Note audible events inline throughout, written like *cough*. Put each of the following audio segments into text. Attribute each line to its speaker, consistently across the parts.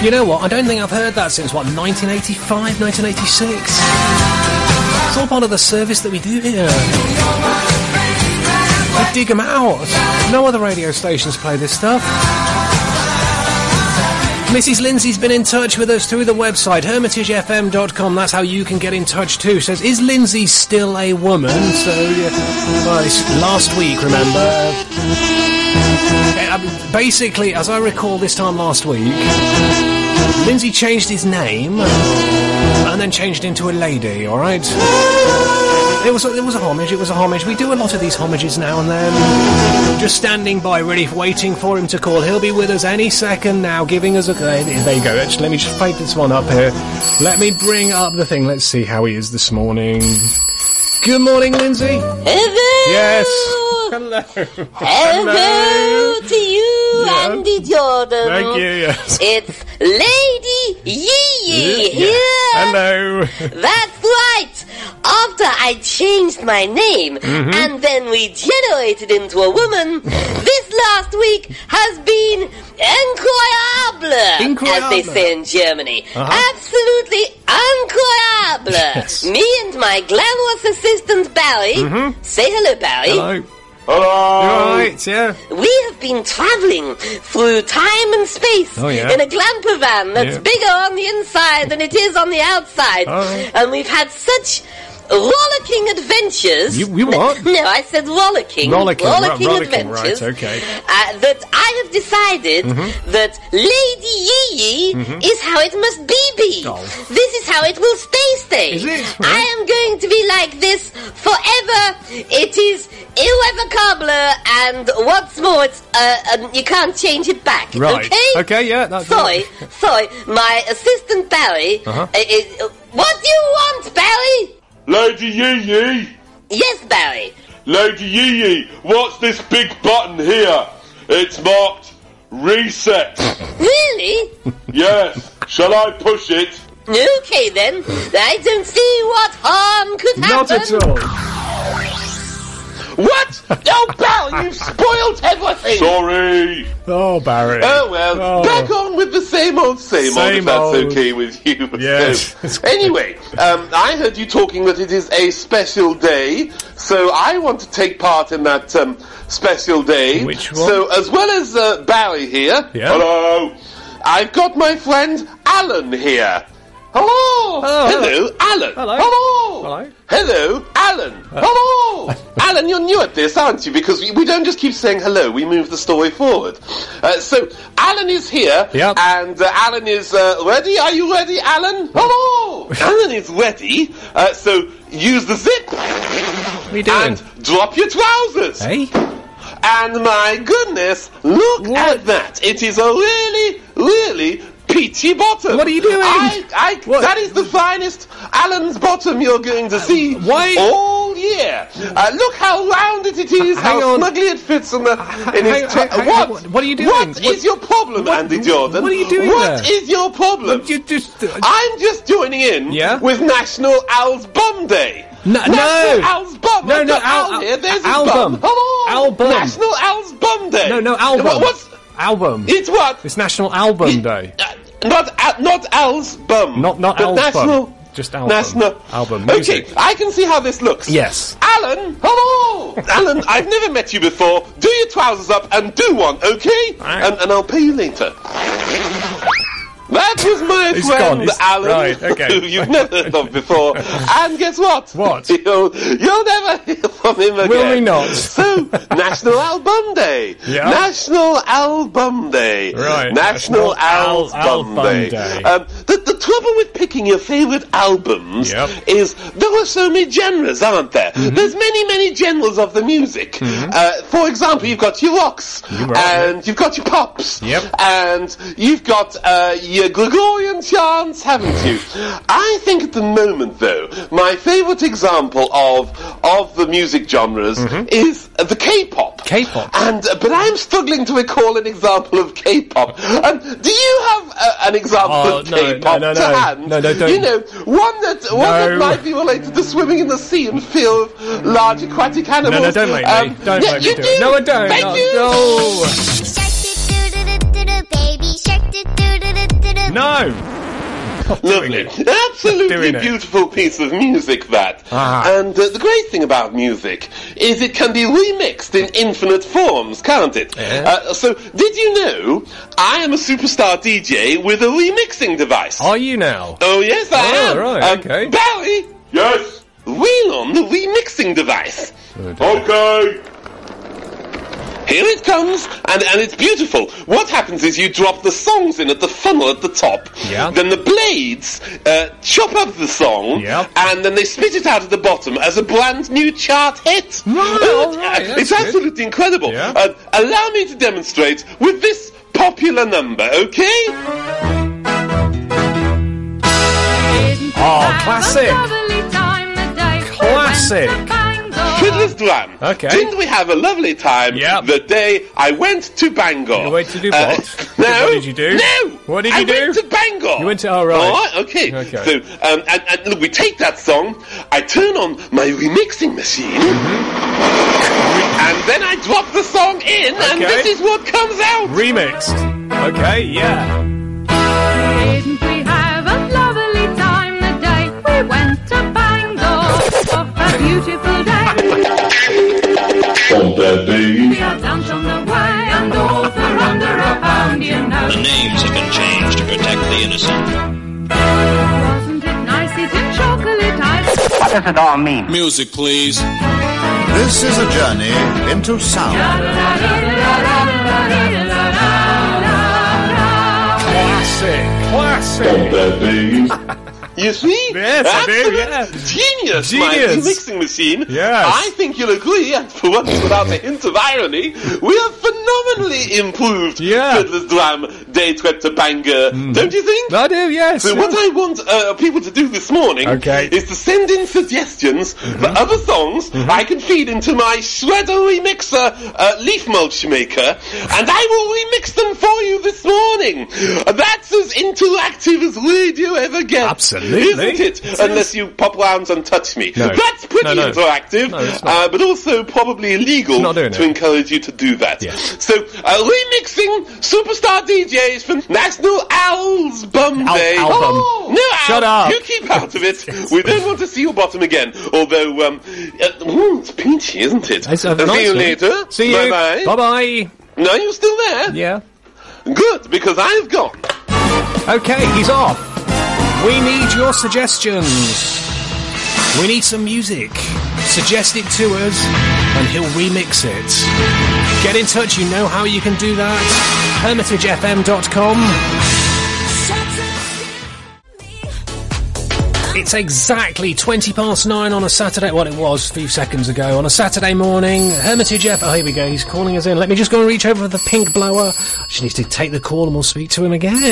Speaker 1: You know what? I don't think I've heard that since, what, 1985, 1986? It's all part of the service that we do here. We dig 'em out. No other radio stations play this stuff. Mrs. Lindsay's been in touch with us through the website, hermitagefm.com. That's how you can get in touch too. Says, is Lindsay still a woman? So, yeah. Well, it's last week, remember? Uh, I mean, Basically, as I recall this time last week, Lindsay changed his name and then changed into a lady, alright? It was, a, it was a homage, it was a homage. We do a lot of these homages now and then. Just standing by, really waiting for him to call. He'll be with us any second now, giving us a. There there you go. Actually, let me just fade this one up here. Let me bring up the thing. Let's see how he is this morning. Good morning, Lindsay. Yes. Hello.
Speaker 2: Hello to you
Speaker 1: Yeah.
Speaker 2: and Andy Jordan.
Speaker 1: Thank you, yes.
Speaker 2: It's Lady Yee Yee
Speaker 1: Yeah. uh, Hello.
Speaker 2: here. That's right. After I changed my name
Speaker 1: Mm-hmm.
Speaker 2: and then regenerated into a
Speaker 1: *laughs*
Speaker 2: woman, this last week has been incroyable, as they
Speaker 1: Incroyable.
Speaker 2: say in Germany.
Speaker 1: Uh-huh.
Speaker 2: Absolutely incroyable.
Speaker 1: Yes. Mm-hmm.
Speaker 2: Me and my glamorous assistant Barry. Say hello, Barry.
Speaker 1: Hello. Right, yeah.
Speaker 2: We have been traveling through time and space
Speaker 1: Oh, yeah.
Speaker 2: in a glamper van that's
Speaker 1: Yeah.
Speaker 2: bigger on the inside than it is on the outside.
Speaker 1: Oh.
Speaker 2: And we've had such rollicking adventures.
Speaker 1: You- you what?
Speaker 2: *laughs* No, I said rollicking.
Speaker 1: Rollicking, ro- rollicking, right,
Speaker 2: adventures.
Speaker 1: okay.
Speaker 2: Uh, that I have decided
Speaker 1: Mm-hmm.
Speaker 2: that Lady Yee Yee is how it must be be.
Speaker 1: Oh.
Speaker 2: This is how it will stay stay.
Speaker 1: Is it?
Speaker 2: I am going to be like this forever. It is irrevocable, and what's more, it's, uh, um, you can't change it back.
Speaker 1: Right.
Speaker 2: Okay.
Speaker 1: Okay, yeah, that's *laughs*
Speaker 2: sorry, sorry. My assistant Barry.
Speaker 1: Uh-huh.
Speaker 2: uh, is- uh, what do you want, Barry?
Speaker 3: Lady Yee Yee!
Speaker 2: Yes, Barry.
Speaker 3: Lady Yee Yee! What's this big button here? It's marked
Speaker 1: *laughs*
Speaker 3: reset.
Speaker 2: Really?
Speaker 3: yes. Shall I push it?
Speaker 2: okay then. I don't see what harm could
Speaker 1: Not
Speaker 2: happen.
Speaker 1: at all.
Speaker 4: What? Oh, Bal, you've spoiled everything!
Speaker 3: Sorry.
Speaker 1: Oh, Barry.
Speaker 4: oh, well,
Speaker 1: Oh.
Speaker 4: back on with the same old, same, old,
Speaker 1: Same
Speaker 4: if that's
Speaker 1: old.
Speaker 4: okay with you.
Speaker 1: Yes.
Speaker 4: So, *laughs* anyway, um, I heard you talking that it is a special day, so I want to take part in that um, special day.
Speaker 1: Which one?
Speaker 4: So, as well as uh, Barry here,
Speaker 1: Yeah.
Speaker 3: Hello.
Speaker 4: I've got my friend Alan here. Hello!
Speaker 1: Oh, hello.
Speaker 4: hello, Alan!
Speaker 1: Hello.
Speaker 4: Hello!
Speaker 1: Hello. Uh,
Speaker 4: Hello, Alan! hello! Alan, you're new at this, aren't you? Because we, we don't just keep saying hello, we move the story forward. Uh, so, Alan is here,
Speaker 1: Yep.
Speaker 4: and uh, Alan is uh, ready. Are you ready, Alan? Hello! Alan is ready, uh, so use the zip
Speaker 1: What are you doing?
Speaker 4: and drop your trousers.
Speaker 1: hey?
Speaker 4: And my goodness, look at that! It is a really, really peachy bottom.
Speaker 1: What are you doing?
Speaker 4: I, I,
Speaker 1: What? Uh,
Speaker 4: That is the finest Alan's bottom you're going to see
Speaker 1: why-
Speaker 4: all year. Uh, look how rounded it is,
Speaker 1: Hang
Speaker 4: how
Speaker 1: on.
Speaker 4: snugly it fits in, the, in
Speaker 1: hang-
Speaker 4: his.
Speaker 1: hang-
Speaker 4: tr-
Speaker 1: hang-
Speaker 4: what?
Speaker 1: what- what are you doing?
Speaker 4: What
Speaker 1: What-
Speaker 4: is your problem, Andy Jordan?
Speaker 1: what are you doing
Speaker 4: What
Speaker 1: there?
Speaker 4: is your problem?
Speaker 1: You just. uh,
Speaker 4: I'm just joining in
Speaker 1: Yeah?
Speaker 4: with National Owl's Bum Day.
Speaker 1: No-
Speaker 4: National
Speaker 1: no.
Speaker 4: Owl's Bum.
Speaker 1: No,
Speaker 4: I've
Speaker 1: no,
Speaker 4: got
Speaker 1: owl-
Speaker 4: owl here. There's his
Speaker 1: owl
Speaker 4: bum.
Speaker 1: bum.
Speaker 4: Come on.
Speaker 1: Owl bum.
Speaker 4: National Owl's Bum Day.
Speaker 1: no, no, album.
Speaker 4: What, what's
Speaker 1: Album.
Speaker 4: it's what?
Speaker 1: It's National Album Day.
Speaker 4: Uh, not uh, not Al's bum.
Speaker 1: Not- not
Speaker 4: but
Speaker 1: Al's bum.
Speaker 4: national,
Speaker 1: Just album.
Speaker 4: National
Speaker 1: Album,
Speaker 4: Okay,
Speaker 1: music.
Speaker 4: I can see how this looks.
Speaker 1: Yes.
Speaker 4: Alan, hello, *laughs* Alan. I've never met you before. Do your trousers up and do one, okay?
Speaker 1: Right.
Speaker 4: And and I'll pay you later. That was my
Speaker 1: It's
Speaker 4: friend
Speaker 1: gone, it's-
Speaker 4: Alan,
Speaker 1: right, okay.
Speaker 4: who *laughs* you've never heard of before.
Speaker 1: *laughs*
Speaker 4: And guess what?
Speaker 1: What?
Speaker 4: *laughs* You'll, you'll never hear from him again.
Speaker 1: we
Speaker 4: *laughs*
Speaker 1: not?
Speaker 4: So, National Album Day.
Speaker 1: Yeah.
Speaker 4: National Album Day.
Speaker 1: Right.
Speaker 4: National,
Speaker 1: National
Speaker 4: Owls
Speaker 1: Owl-
Speaker 4: Bum
Speaker 1: Owl
Speaker 4: Day.
Speaker 1: Bum Day.
Speaker 4: Um, the, the trouble with picking your favourite albums
Speaker 1: Yep.
Speaker 4: is there are so many genres, aren't there?
Speaker 1: Mm-hmm.
Speaker 4: There's many, many genres of the music. Uh, for example, you've got your rocks,
Speaker 1: rock,
Speaker 4: and you've got your pops,
Speaker 1: Yep.
Speaker 4: and you've got uh, your Gregorian chants, haven't you? I think at the moment, though, my favourite example of of the music genres is uh, the K-pop.
Speaker 1: Mm-hmm. K-pop.
Speaker 4: And uh, but I'm struggling to recall an example of K-pop. Um, do you have uh, an example
Speaker 1: Oh,
Speaker 4: of
Speaker 1: no,
Speaker 4: K-pop
Speaker 1: no, no,
Speaker 4: to
Speaker 1: no.
Speaker 4: hand?
Speaker 1: No, no, don't.
Speaker 4: You know, one that one that
Speaker 1: No.
Speaker 4: might be related to swimming in the sea and fear of large aquatic animals.
Speaker 1: No, no, don't make
Speaker 4: Um,
Speaker 1: me. Don't
Speaker 4: yeah,
Speaker 1: make
Speaker 4: you
Speaker 1: me do it. No, I don't.
Speaker 4: Thank
Speaker 1: No,
Speaker 4: you.
Speaker 1: no.
Speaker 5: Shark do do do do do baby shark do do do do do
Speaker 1: No.
Speaker 4: Lovely.
Speaker 1: it.
Speaker 4: Absolutely
Speaker 1: Doing it.
Speaker 4: beautiful piece of music, that.
Speaker 1: Ah.
Speaker 4: And uh, the great thing about music is it can be remixed in infinite forms, can't it? Uh, so, did you know I am a superstar DJ with a remixing device?
Speaker 1: Are you now?
Speaker 4: Oh, yes, I
Speaker 1: Oh,
Speaker 4: am.
Speaker 1: right,
Speaker 4: Um,
Speaker 1: okay.
Speaker 4: Barry,
Speaker 3: Yes.
Speaker 4: wheel on the remixing device.
Speaker 3: Okay.
Speaker 4: Here it comes, and, and it's beautiful. What happens is you drop the songs in at the funnel at the top.
Speaker 1: Yeah.
Speaker 4: Then the blades uh, chop up the song,
Speaker 1: Yeah.
Speaker 4: and then they spit it out at the bottom as a brand new chart hit.
Speaker 1: Right,
Speaker 4: Uh, *laughs*
Speaker 1: all right, that's
Speaker 4: it's
Speaker 1: good.
Speaker 4: absolutely incredible.
Speaker 1: Yeah.
Speaker 4: Uh, allow me to demonstrate with this popular number, okay?
Speaker 1: Oh, classic. Classic.
Speaker 4: Fiddler's Drum.
Speaker 1: Okay.
Speaker 4: Didn't we have a lovely time
Speaker 1: Yep.
Speaker 4: the day I went to Bangor? Uh,
Speaker 1: You went to do what?
Speaker 4: no.
Speaker 1: *laughs* What did you do?
Speaker 4: No.
Speaker 1: What did you
Speaker 4: I
Speaker 1: do?
Speaker 4: went to Bangor.
Speaker 1: You went to- oh, right.
Speaker 4: All right, okay.
Speaker 1: Okay.
Speaker 4: So, um, and, and look, we take that song, I turn on my remixing machine, and then I drop the song in, and
Speaker 1: Mm-hmm. Okay.
Speaker 4: this is what comes out.
Speaker 1: Remixed. Okay, yeah.
Speaker 5: Didn't we have a lovely time the day we went to Bangor? What a beautiful day.
Speaker 3: On their
Speaker 5: We are down on the way and all for under a pound, you know.
Speaker 6: The names have been changed to protect the innocent.
Speaker 5: Wasn't it nice eating chocolate ice?
Speaker 7: Music, please.
Speaker 8: This is a journey into sound.
Speaker 1: Classic. Classic.
Speaker 3: their bees.
Speaker 4: You see?
Speaker 1: Yes, I do,
Speaker 4: Absolute Genius,
Speaker 1: Genius.
Speaker 4: my mixing machine.
Speaker 1: Yes.
Speaker 4: I think you'll agree, and for once without a hint of irony, we have phenomenally improved
Speaker 1: Yeah. Hmm.
Speaker 4: Fiddler's Drum, Day Trip to Bangor, don't you think?
Speaker 1: I do, yes.
Speaker 4: So what I want uh, people to do this morning
Speaker 1: Okay. Mm-hmm.
Speaker 4: is to send in suggestions for other songs I can feed into my shredder remixer, uh, leaf mulch maker, and I will remix them for you this morning. That's as interactive as radio ever gets,
Speaker 1: Absolutely.
Speaker 4: isn't it?
Speaker 1: It is.
Speaker 4: Unless you you pop round and touch me.
Speaker 1: No.
Speaker 4: That's
Speaker 1: No,
Speaker 4: pretty
Speaker 1: no.
Speaker 4: interactive,
Speaker 1: No, it's not.
Speaker 4: uh, but also probably illegal
Speaker 1: Not
Speaker 4: to
Speaker 1: doing it.
Speaker 4: encourage you to do that.
Speaker 1: Yes.
Speaker 4: So, uh, remixing superstar DJs from National Owls Bum
Speaker 1: Al-
Speaker 4: Day.
Speaker 1: album.
Speaker 4: Oh, no, Al,
Speaker 1: Shut up.
Speaker 4: You keep out of it. We don't want to see your bottom again. Although, um, uh, ooh, it's peachy, isn't it?
Speaker 1: It's a
Speaker 4: Uh, see
Speaker 1: nice
Speaker 4: you
Speaker 1: one.
Speaker 4: later.
Speaker 1: See you. Bye
Speaker 4: Bye bye.
Speaker 1: bye.
Speaker 4: No, you're still there.
Speaker 1: Yeah.
Speaker 4: Good, because I've gone.
Speaker 1: Okay, he's off. We need your suggestions. We need some music. Suggest it to us, and he'll remix it. Get in touch, you know how you can do that. HermitageFM.com. It's exactly 20 past nine on a Saturday. Well, it was a few seconds ago. On a Saturday morning, Hermitage F. Oh, here we go. He's calling us in. Let me just go and reach over for the pink blower. She needs to take the call and we'll speak to him again.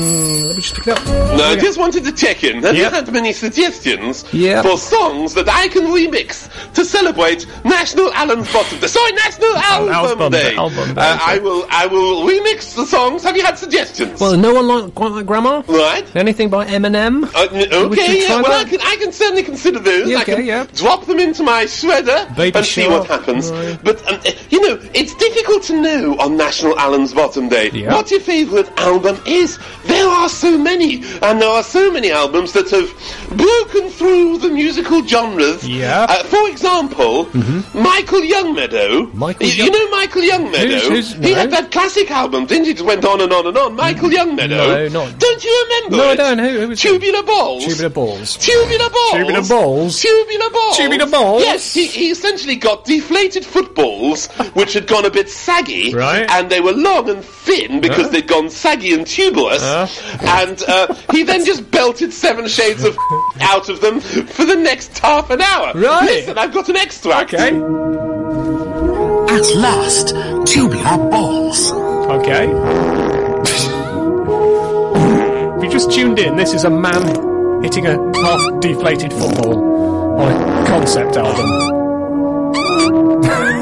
Speaker 1: Let me just pick it up.
Speaker 4: No, I
Speaker 1: Okay.
Speaker 4: just wanted to check in.
Speaker 1: Yep.
Speaker 4: Have you had many suggestions
Speaker 1: Yep.
Speaker 4: for songs that I can remix to celebrate National Alan's Bottom Day? Sorry, National
Speaker 1: Al's
Speaker 4: Album
Speaker 1: Bum Day,
Speaker 4: Day.
Speaker 1: Album Day,
Speaker 4: Uh,
Speaker 1: okay.
Speaker 4: I will, I will remix the songs. Have you had suggestions?
Speaker 1: Well, no one like, quite like Grandma?
Speaker 4: right.
Speaker 1: Anything by Eminem?
Speaker 4: Uh, n-
Speaker 1: we should
Speaker 4: okay, yeah,
Speaker 1: try
Speaker 4: well, I
Speaker 1: that.
Speaker 4: can, I can certainly consider those.
Speaker 1: Yeah,
Speaker 4: I
Speaker 1: okay,
Speaker 4: can
Speaker 1: yeah.
Speaker 4: drop them into my shredder
Speaker 1: Baby
Speaker 4: and see what
Speaker 1: Shark.
Speaker 4: happens.
Speaker 1: Right.
Speaker 4: But, um, eh, you know, it's difficult to know on National Alan's Bottom Day
Speaker 1: Yeah.
Speaker 4: what your favourite album is. There are so many, and there are so many albums that have broken through the musical genres.
Speaker 1: Yeah. Mm-hmm.
Speaker 4: Uh, for example, Michael Youngmeadow.
Speaker 1: Michael
Speaker 4: you,
Speaker 1: Young-
Speaker 4: you know Michael Youngmeadow?
Speaker 1: Who's- who's-
Speaker 4: he had
Speaker 1: no.
Speaker 4: that classic album, didn't he? Just went on and on and on. Michael Youngmeadow.
Speaker 1: Mm. No, not-
Speaker 4: Don't you remember?
Speaker 1: No, I
Speaker 4: it?
Speaker 1: don't. Who- who was it?
Speaker 4: Tubular Balls.
Speaker 1: Tubular Balls.
Speaker 4: Tubular balls.
Speaker 1: Tubular balls?
Speaker 4: Tubular balls.
Speaker 1: Tubular balls?
Speaker 4: Yes, he, he essentially got deflated
Speaker 1: *laughs*
Speaker 4: footballs, which had gone a bit saggy,
Speaker 1: Right.
Speaker 4: and they were long and thin because
Speaker 1: Huh?
Speaker 4: they'd gone saggy and tubeless,
Speaker 1: Huh?
Speaker 4: and uh, he then just belted seven shades
Speaker 1: *laughs*
Speaker 4: of out of them for the next half an hour.
Speaker 1: Right.
Speaker 4: Listen, I've got an extract.
Speaker 1: Okay.
Speaker 9: At last, tubular balls.
Speaker 1: Okay. if you just tuned in, this is a man hitting a half deflated football on a concept album.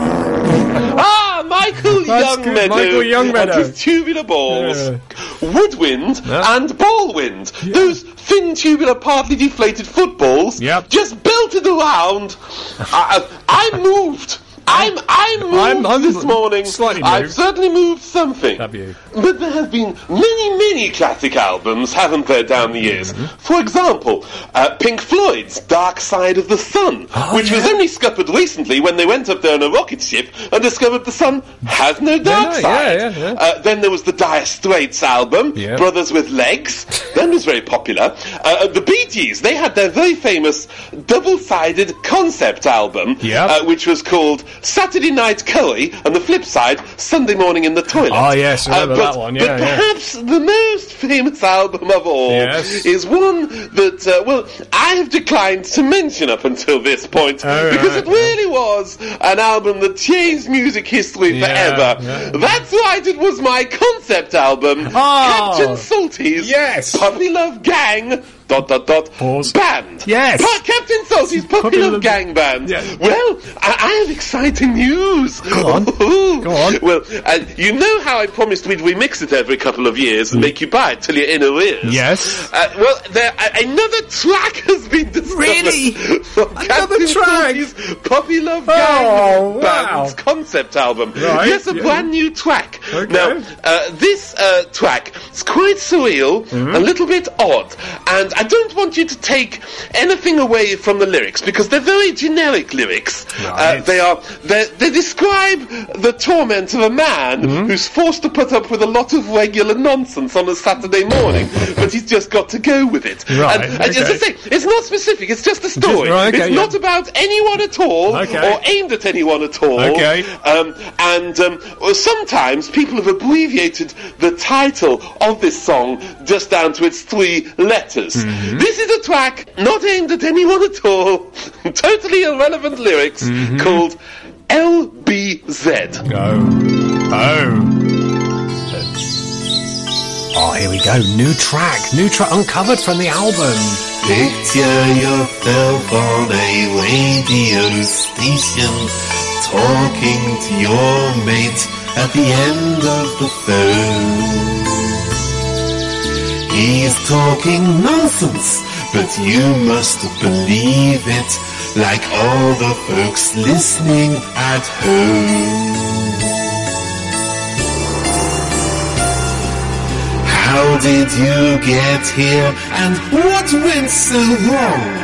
Speaker 4: Ah, Michael
Speaker 1: That's good,
Speaker 4: Youngmeadow.
Speaker 1: Michael Youngmeadow.
Speaker 4: And his tubular balls.
Speaker 1: Yeah.
Speaker 4: Woodwind
Speaker 1: Yeah.
Speaker 4: and ballwind. Those thin, tubular, partly deflated footballs
Speaker 1: Yep. *laughs*
Speaker 4: just belted around. I, I, I moved. I'm I'm moved
Speaker 1: I'm- I'm
Speaker 4: this morning.
Speaker 1: slightly
Speaker 4: I've
Speaker 1: moved.
Speaker 4: certainly moved something.
Speaker 1: Have you?
Speaker 4: But there have been many, many classic albums, haven't there, down the years?
Speaker 1: Mm-hmm.
Speaker 4: For example, uh, Pink Floyd's Dark Side of the Sun, which was
Speaker 1: Oh, yeah.
Speaker 4: only scuppered recently when they went up there in a rocket ship and discovered the sun has no dark
Speaker 1: no, yeah,
Speaker 4: side.
Speaker 1: yeah, yeah.
Speaker 4: Uh, then there was the Dire Straits album,
Speaker 1: Yeah.
Speaker 4: Brothers with Legs. that was very popular. Uh, the Bee Gees, they had their very famous double-sided concept album,
Speaker 1: Yeah.
Speaker 4: uh, which was called Saturday Night Curry, and the flip side, Sunday Morning in the Toilet. Uh,
Speaker 1: Ah, yes, I remember
Speaker 4: but,
Speaker 1: that one,
Speaker 4: but
Speaker 1: yeah, yeah.
Speaker 4: perhaps the most famous album of all
Speaker 1: Yes.
Speaker 4: is one that, uh, well, I have declined to mention up until this point
Speaker 1: All
Speaker 4: because
Speaker 1: right,
Speaker 4: it really was an album that changed music history
Speaker 1: Yeah,
Speaker 4: forever.
Speaker 1: yeah.
Speaker 4: That's right, it was my concept album,
Speaker 1: Oh.
Speaker 4: Captain Salty's
Speaker 1: Yes.
Speaker 4: Puppy Love Gang. Dot dot dot.
Speaker 1: Pause.
Speaker 4: Band.
Speaker 1: Yes.
Speaker 4: Pa- Captain Salty's Puppy,
Speaker 1: Puppy
Speaker 4: Love,
Speaker 1: Love-
Speaker 4: Gang Band.
Speaker 1: Yeah.
Speaker 4: Well, I, I have exciting news. Go *laughs*
Speaker 1: on. *laughs* Go on.
Speaker 4: Well, uh, you know how I promised we'd remix it every couple of years and make you buy it till you're in arrears.
Speaker 1: Yes.
Speaker 4: Uh, well, there, uh, another track has been discovered.
Speaker 1: Really?
Speaker 4: From
Speaker 1: Another
Speaker 4: Captain
Speaker 1: track?
Speaker 4: Salty's Puppy Love
Speaker 1: Oh,
Speaker 4: Gang
Speaker 1: wow.
Speaker 4: Band's concept album.
Speaker 1: Right,
Speaker 4: Yes, a
Speaker 1: yeah.
Speaker 4: brand new track.
Speaker 1: Okay.
Speaker 4: Now, uh, this uh, track is quite surreal,
Speaker 1: Mm-hmm.
Speaker 4: a little bit odd, and I don't want you to take anything away from the lyrics because they're very generic lyrics. Uh,
Speaker 1: Right.
Speaker 4: they are they they describe the torment of a man
Speaker 1: Mm-hmm.
Speaker 4: who's forced to put up with a lot of regular nonsense on a Saturday
Speaker 1: *laughs*
Speaker 4: morning, but he's just got to go with it.
Speaker 1: Right,
Speaker 4: And, and as I
Speaker 1: okay.
Speaker 4: say, it's not specific. It's just a story.
Speaker 1: right, okay,
Speaker 4: it's
Speaker 1: yeah.
Speaker 4: not about anyone at all
Speaker 1: Okay.
Speaker 4: or aimed at anyone at all.
Speaker 1: Okay.
Speaker 4: Um, and um, well, sometimes people have abbreviated the title of this song just down to its three letters. This is a track not aimed at anyone at all, *laughs* totally irrelevant lyrics called LBZ.
Speaker 1: Oh. Oh. Oh, here we go. New track. New track uncovered from the album.
Speaker 10: Picture yourself on a radio station talking to your mate at the end of the phone. He's talking nonsense, but you must believe it like all the folks listening at home. How did you get here and what went so wrong?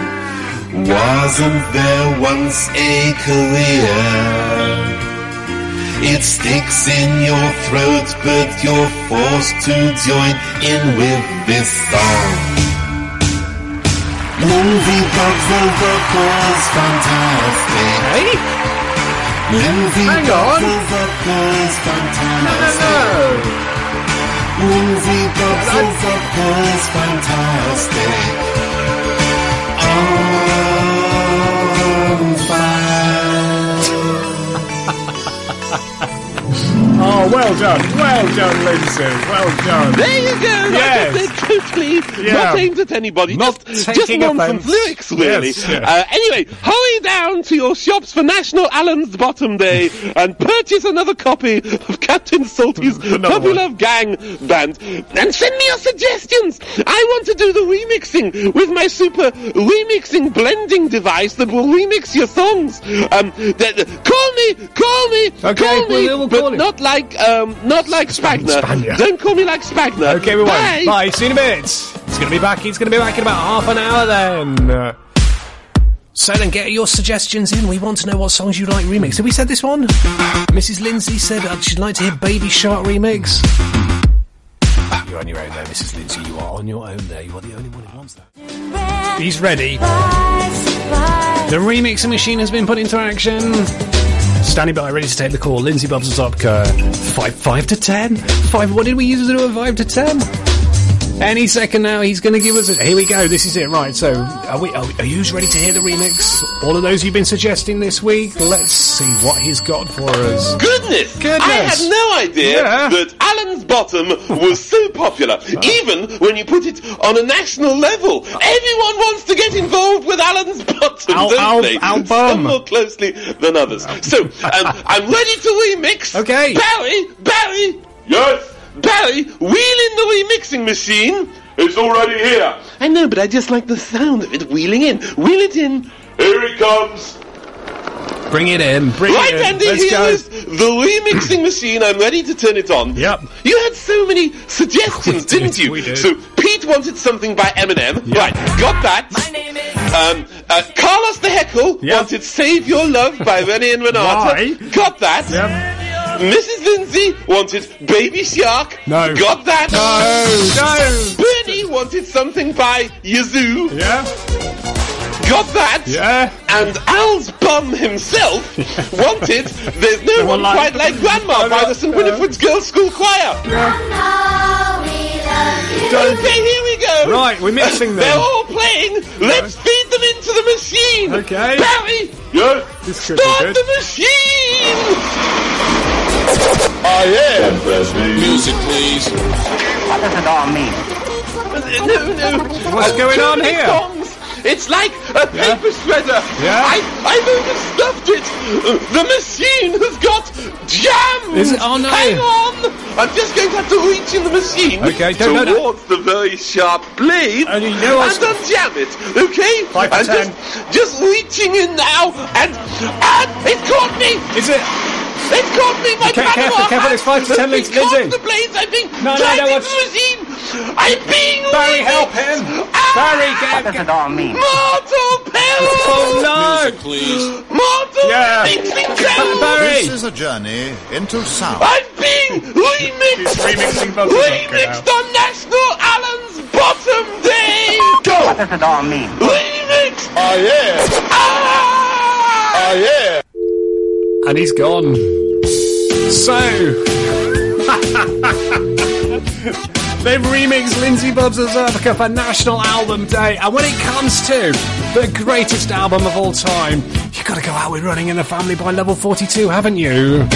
Speaker 10: Wasn't there once a career? It sticks in your throat, but you're forced to join in with this song. Lindsay Bugs vocals fantastic.
Speaker 1: Hey?
Speaker 10: Lindsay
Speaker 1: Hang
Speaker 10: Bugs
Speaker 1: on.
Speaker 10: vocals fantastic.
Speaker 1: Oh.
Speaker 10: Lindsay Bobson's up was fantastic. On fire.
Speaker 1: oh, well done. Well done, Lindsay. Well done.
Speaker 4: There you go.
Speaker 1: Yes.
Speaker 4: Like I said, totally
Speaker 1: Yeah.
Speaker 4: not aimed at anybody.
Speaker 1: Not
Speaker 4: just,
Speaker 1: taking
Speaker 4: just nonsense
Speaker 1: offense.
Speaker 4: lyrics, really.
Speaker 1: Yes, yeah.
Speaker 4: uh, anyway, hurry down to your shops for National Allen's Bottom Day
Speaker 1: *laughs*
Speaker 4: and purchase another copy of Captain Salty's
Speaker 1: *laughs* Another
Speaker 4: Puppy
Speaker 1: one.
Speaker 4: Love Gang Band and send me your suggestions. I want to do the remixing with my super remixing blending device that will remix your songs. Um, that, call me, call me,
Speaker 1: Okay,
Speaker 4: call me,
Speaker 1: we'll- we'll
Speaker 4: but
Speaker 1: call him.
Speaker 4: not like, um, not like Spagner.
Speaker 1: Spagner.
Speaker 4: Don't call me like Spagner.
Speaker 1: Okay, we
Speaker 4: Bye.
Speaker 1: won't. Bye. See you in a bit. It's going to be back. He's going to be back in about half an hour then. Uh, So then, get your suggestions in. We want to know what songs you like remixed. Have we said this one? Mrs. Lindsay said uh, she'd like to hear Baby Shark remix. You're on your own there, Mrs. Lindsay. You are on your own there. You are the only one who wants that. He's ready. The remixing machine has been put into action. Standing by, ready to take the call. Lindsay Bobs and Zopka. Five, five to ten. Five. What did we use to do a five to ten? Any second now, he's going to give us. A, here we go. This is it. Right. So, are we? Are, are you ready to hear the remix? All of those you've been suggesting this week. Let's see what he's got for us.
Speaker 4: Goodness!
Speaker 1: Goodness.
Speaker 4: I had no idea
Speaker 1: Yeah.
Speaker 4: that Alan's Bottom was so popular. Even when you put it on a national level, everyone wants to get involved with Alan's Bottom,
Speaker 1: Al-
Speaker 4: don't
Speaker 1: al-
Speaker 4: they?
Speaker 1: album.
Speaker 4: Some more closely than others. So, um, I'm ready to remix.
Speaker 1: Okay.
Speaker 4: Barry, Barry,
Speaker 3: Yes,
Speaker 4: Barry, wheel in the remixing machine.
Speaker 3: it's already here.
Speaker 4: I know, but I just like the sound of it wheeling in. Wheel it in.
Speaker 3: Here it comes.
Speaker 1: Bring it in. Bring
Speaker 4: right,
Speaker 1: it in.
Speaker 4: Andy,
Speaker 1: Let's
Speaker 4: here
Speaker 1: go.
Speaker 4: is the remixing machine. I'm ready to turn it on.
Speaker 1: Yep.
Speaker 4: You had so many suggestions,
Speaker 1: did,
Speaker 4: didn't
Speaker 1: *laughs*
Speaker 4: you?
Speaker 1: we did.
Speaker 4: So Pete wanted something by Eminem. Right, got that. Um, uh, Carlos the Heckle
Speaker 1: Yep.
Speaker 4: wanted "Save Your Love" by Rennie and Renata.
Speaker 1: Why?
Speaker 4: Got that.
Speaker 1: Yep.
Speaker 4: Mrs. Lindsay wanted "Baby Shark."
Speaker 1: No.
Speaker 4: Got that.
Speaker 1: No.
Speaker 4: Bernie wanted something by Yazoo.
Speaker 1: Yeah.
Speaker 4: Got that.
Speaker 1: Yeah.
Speaker 4: And Al's bum himself
Speaker 1: *laughs*
Speaker 4: wanted There's No One
Speaker 1: like-
Speaker 4: Quite Like Grandma
Speaker 1: Oh,
Speaker 4: by the St. Winifred's Girls' School Choir. Okay, here we go.
Speaker 1: Right, we're mixing
Speaker 4: *laughs* They're
Speaker 1: them.
Speaker 4: all playing. Let's feed them into the machine.
Speaker 1: Okay.
Speaker 4: Barry,
Speaker 3: Yes,
Speaker 1: This could be
Speaker 4: start
Speaker 1: good.
Speaker 4: the machine.
Speaker 3: I am. That's me.
Speaker 7: Music, please.
Speaker 9: What does it all mean?
Speaker 4: *laughs* No, no.
Speaker 1: What's going on here?
Speaker 4: Songs. It's like a
Speaker 1: Yeah.
Speaker 4: paper shredder.
Speaker 1: Yeah.
Speaker 4: I, I've overstuffed it. Uh, The machine has got jam.
Speaker 1: Is it- oh, no.
Speaker 4: Hang on. I'm just going to have to reach in the machine
Speaker 1: Okay, don't- no, no.
Speaker 4: towards the very sharp blade
Speaker 1: And you know
Speaker 4: and
Speaker 1: what's-
Speaker 4: unjam it. Okay.
Speaker 1: Five for
Speaker 4: and
Speaker 1: ten.
Speaker 4: Just, just reaching in now and and it caught me.
Speaker 1: Is it?
Speaker 4: It caught me. My
Speaker 1: Okay, careful,
Speaker 4: Panama
Speaker 1: careful,
Speaker 4: hat.
Speaker 1: it's five to ten links,
Speaker 4: It's
Speaker 1: Lindsay.
Speaker 4: caught the blades. I've been
Speaker 1: No, no,
Speaker 4: dragged
Speaker 1: no,
Speaker 4: into
Speaker 1: what's-
Speaker 4: the machine. I'm being
Speaker 1: Barry,
Speaker 4: remixed.
Speaker 1: help him.
Speaker 4: Ah!
Speaker 1: Barry,
Speaker 9: What
Speaker 1: get.
Speaker 9: does
Speaker 1: get-
Speaker 9: it all mean?
Speaker 4: Mortal
Speaker 1: Oh
Speaker 4: peril!
Speaker 1: no!
Speaker 7: Please.
Speaker 4: Mortal
Speaker 1: Yeah.
Speaker 4: remixing peril!
Speaker 1: Barry!
Speaker 8: This is a journey into sound.
Speaker 4: I'm being remixed!
Speaker 1: remixing Bubsy
Speaker 4: remixed
Speaker 1: Bunker
Speaker 4: on National Allen's Bottom Day!
Speaker 9: What does it all mean?
Speaker 4: Remixed!
Speaker 3: I am.
Speaker 4: Ah!
Speaker 3: I am.
Speaker 1: And he's gone. So. They've remixed Lindsey Bubbs' Zerbica for National Album Day, and when it comes to the greatest album of all time, you've got to go out with Running in the Family by level 42, haven't you?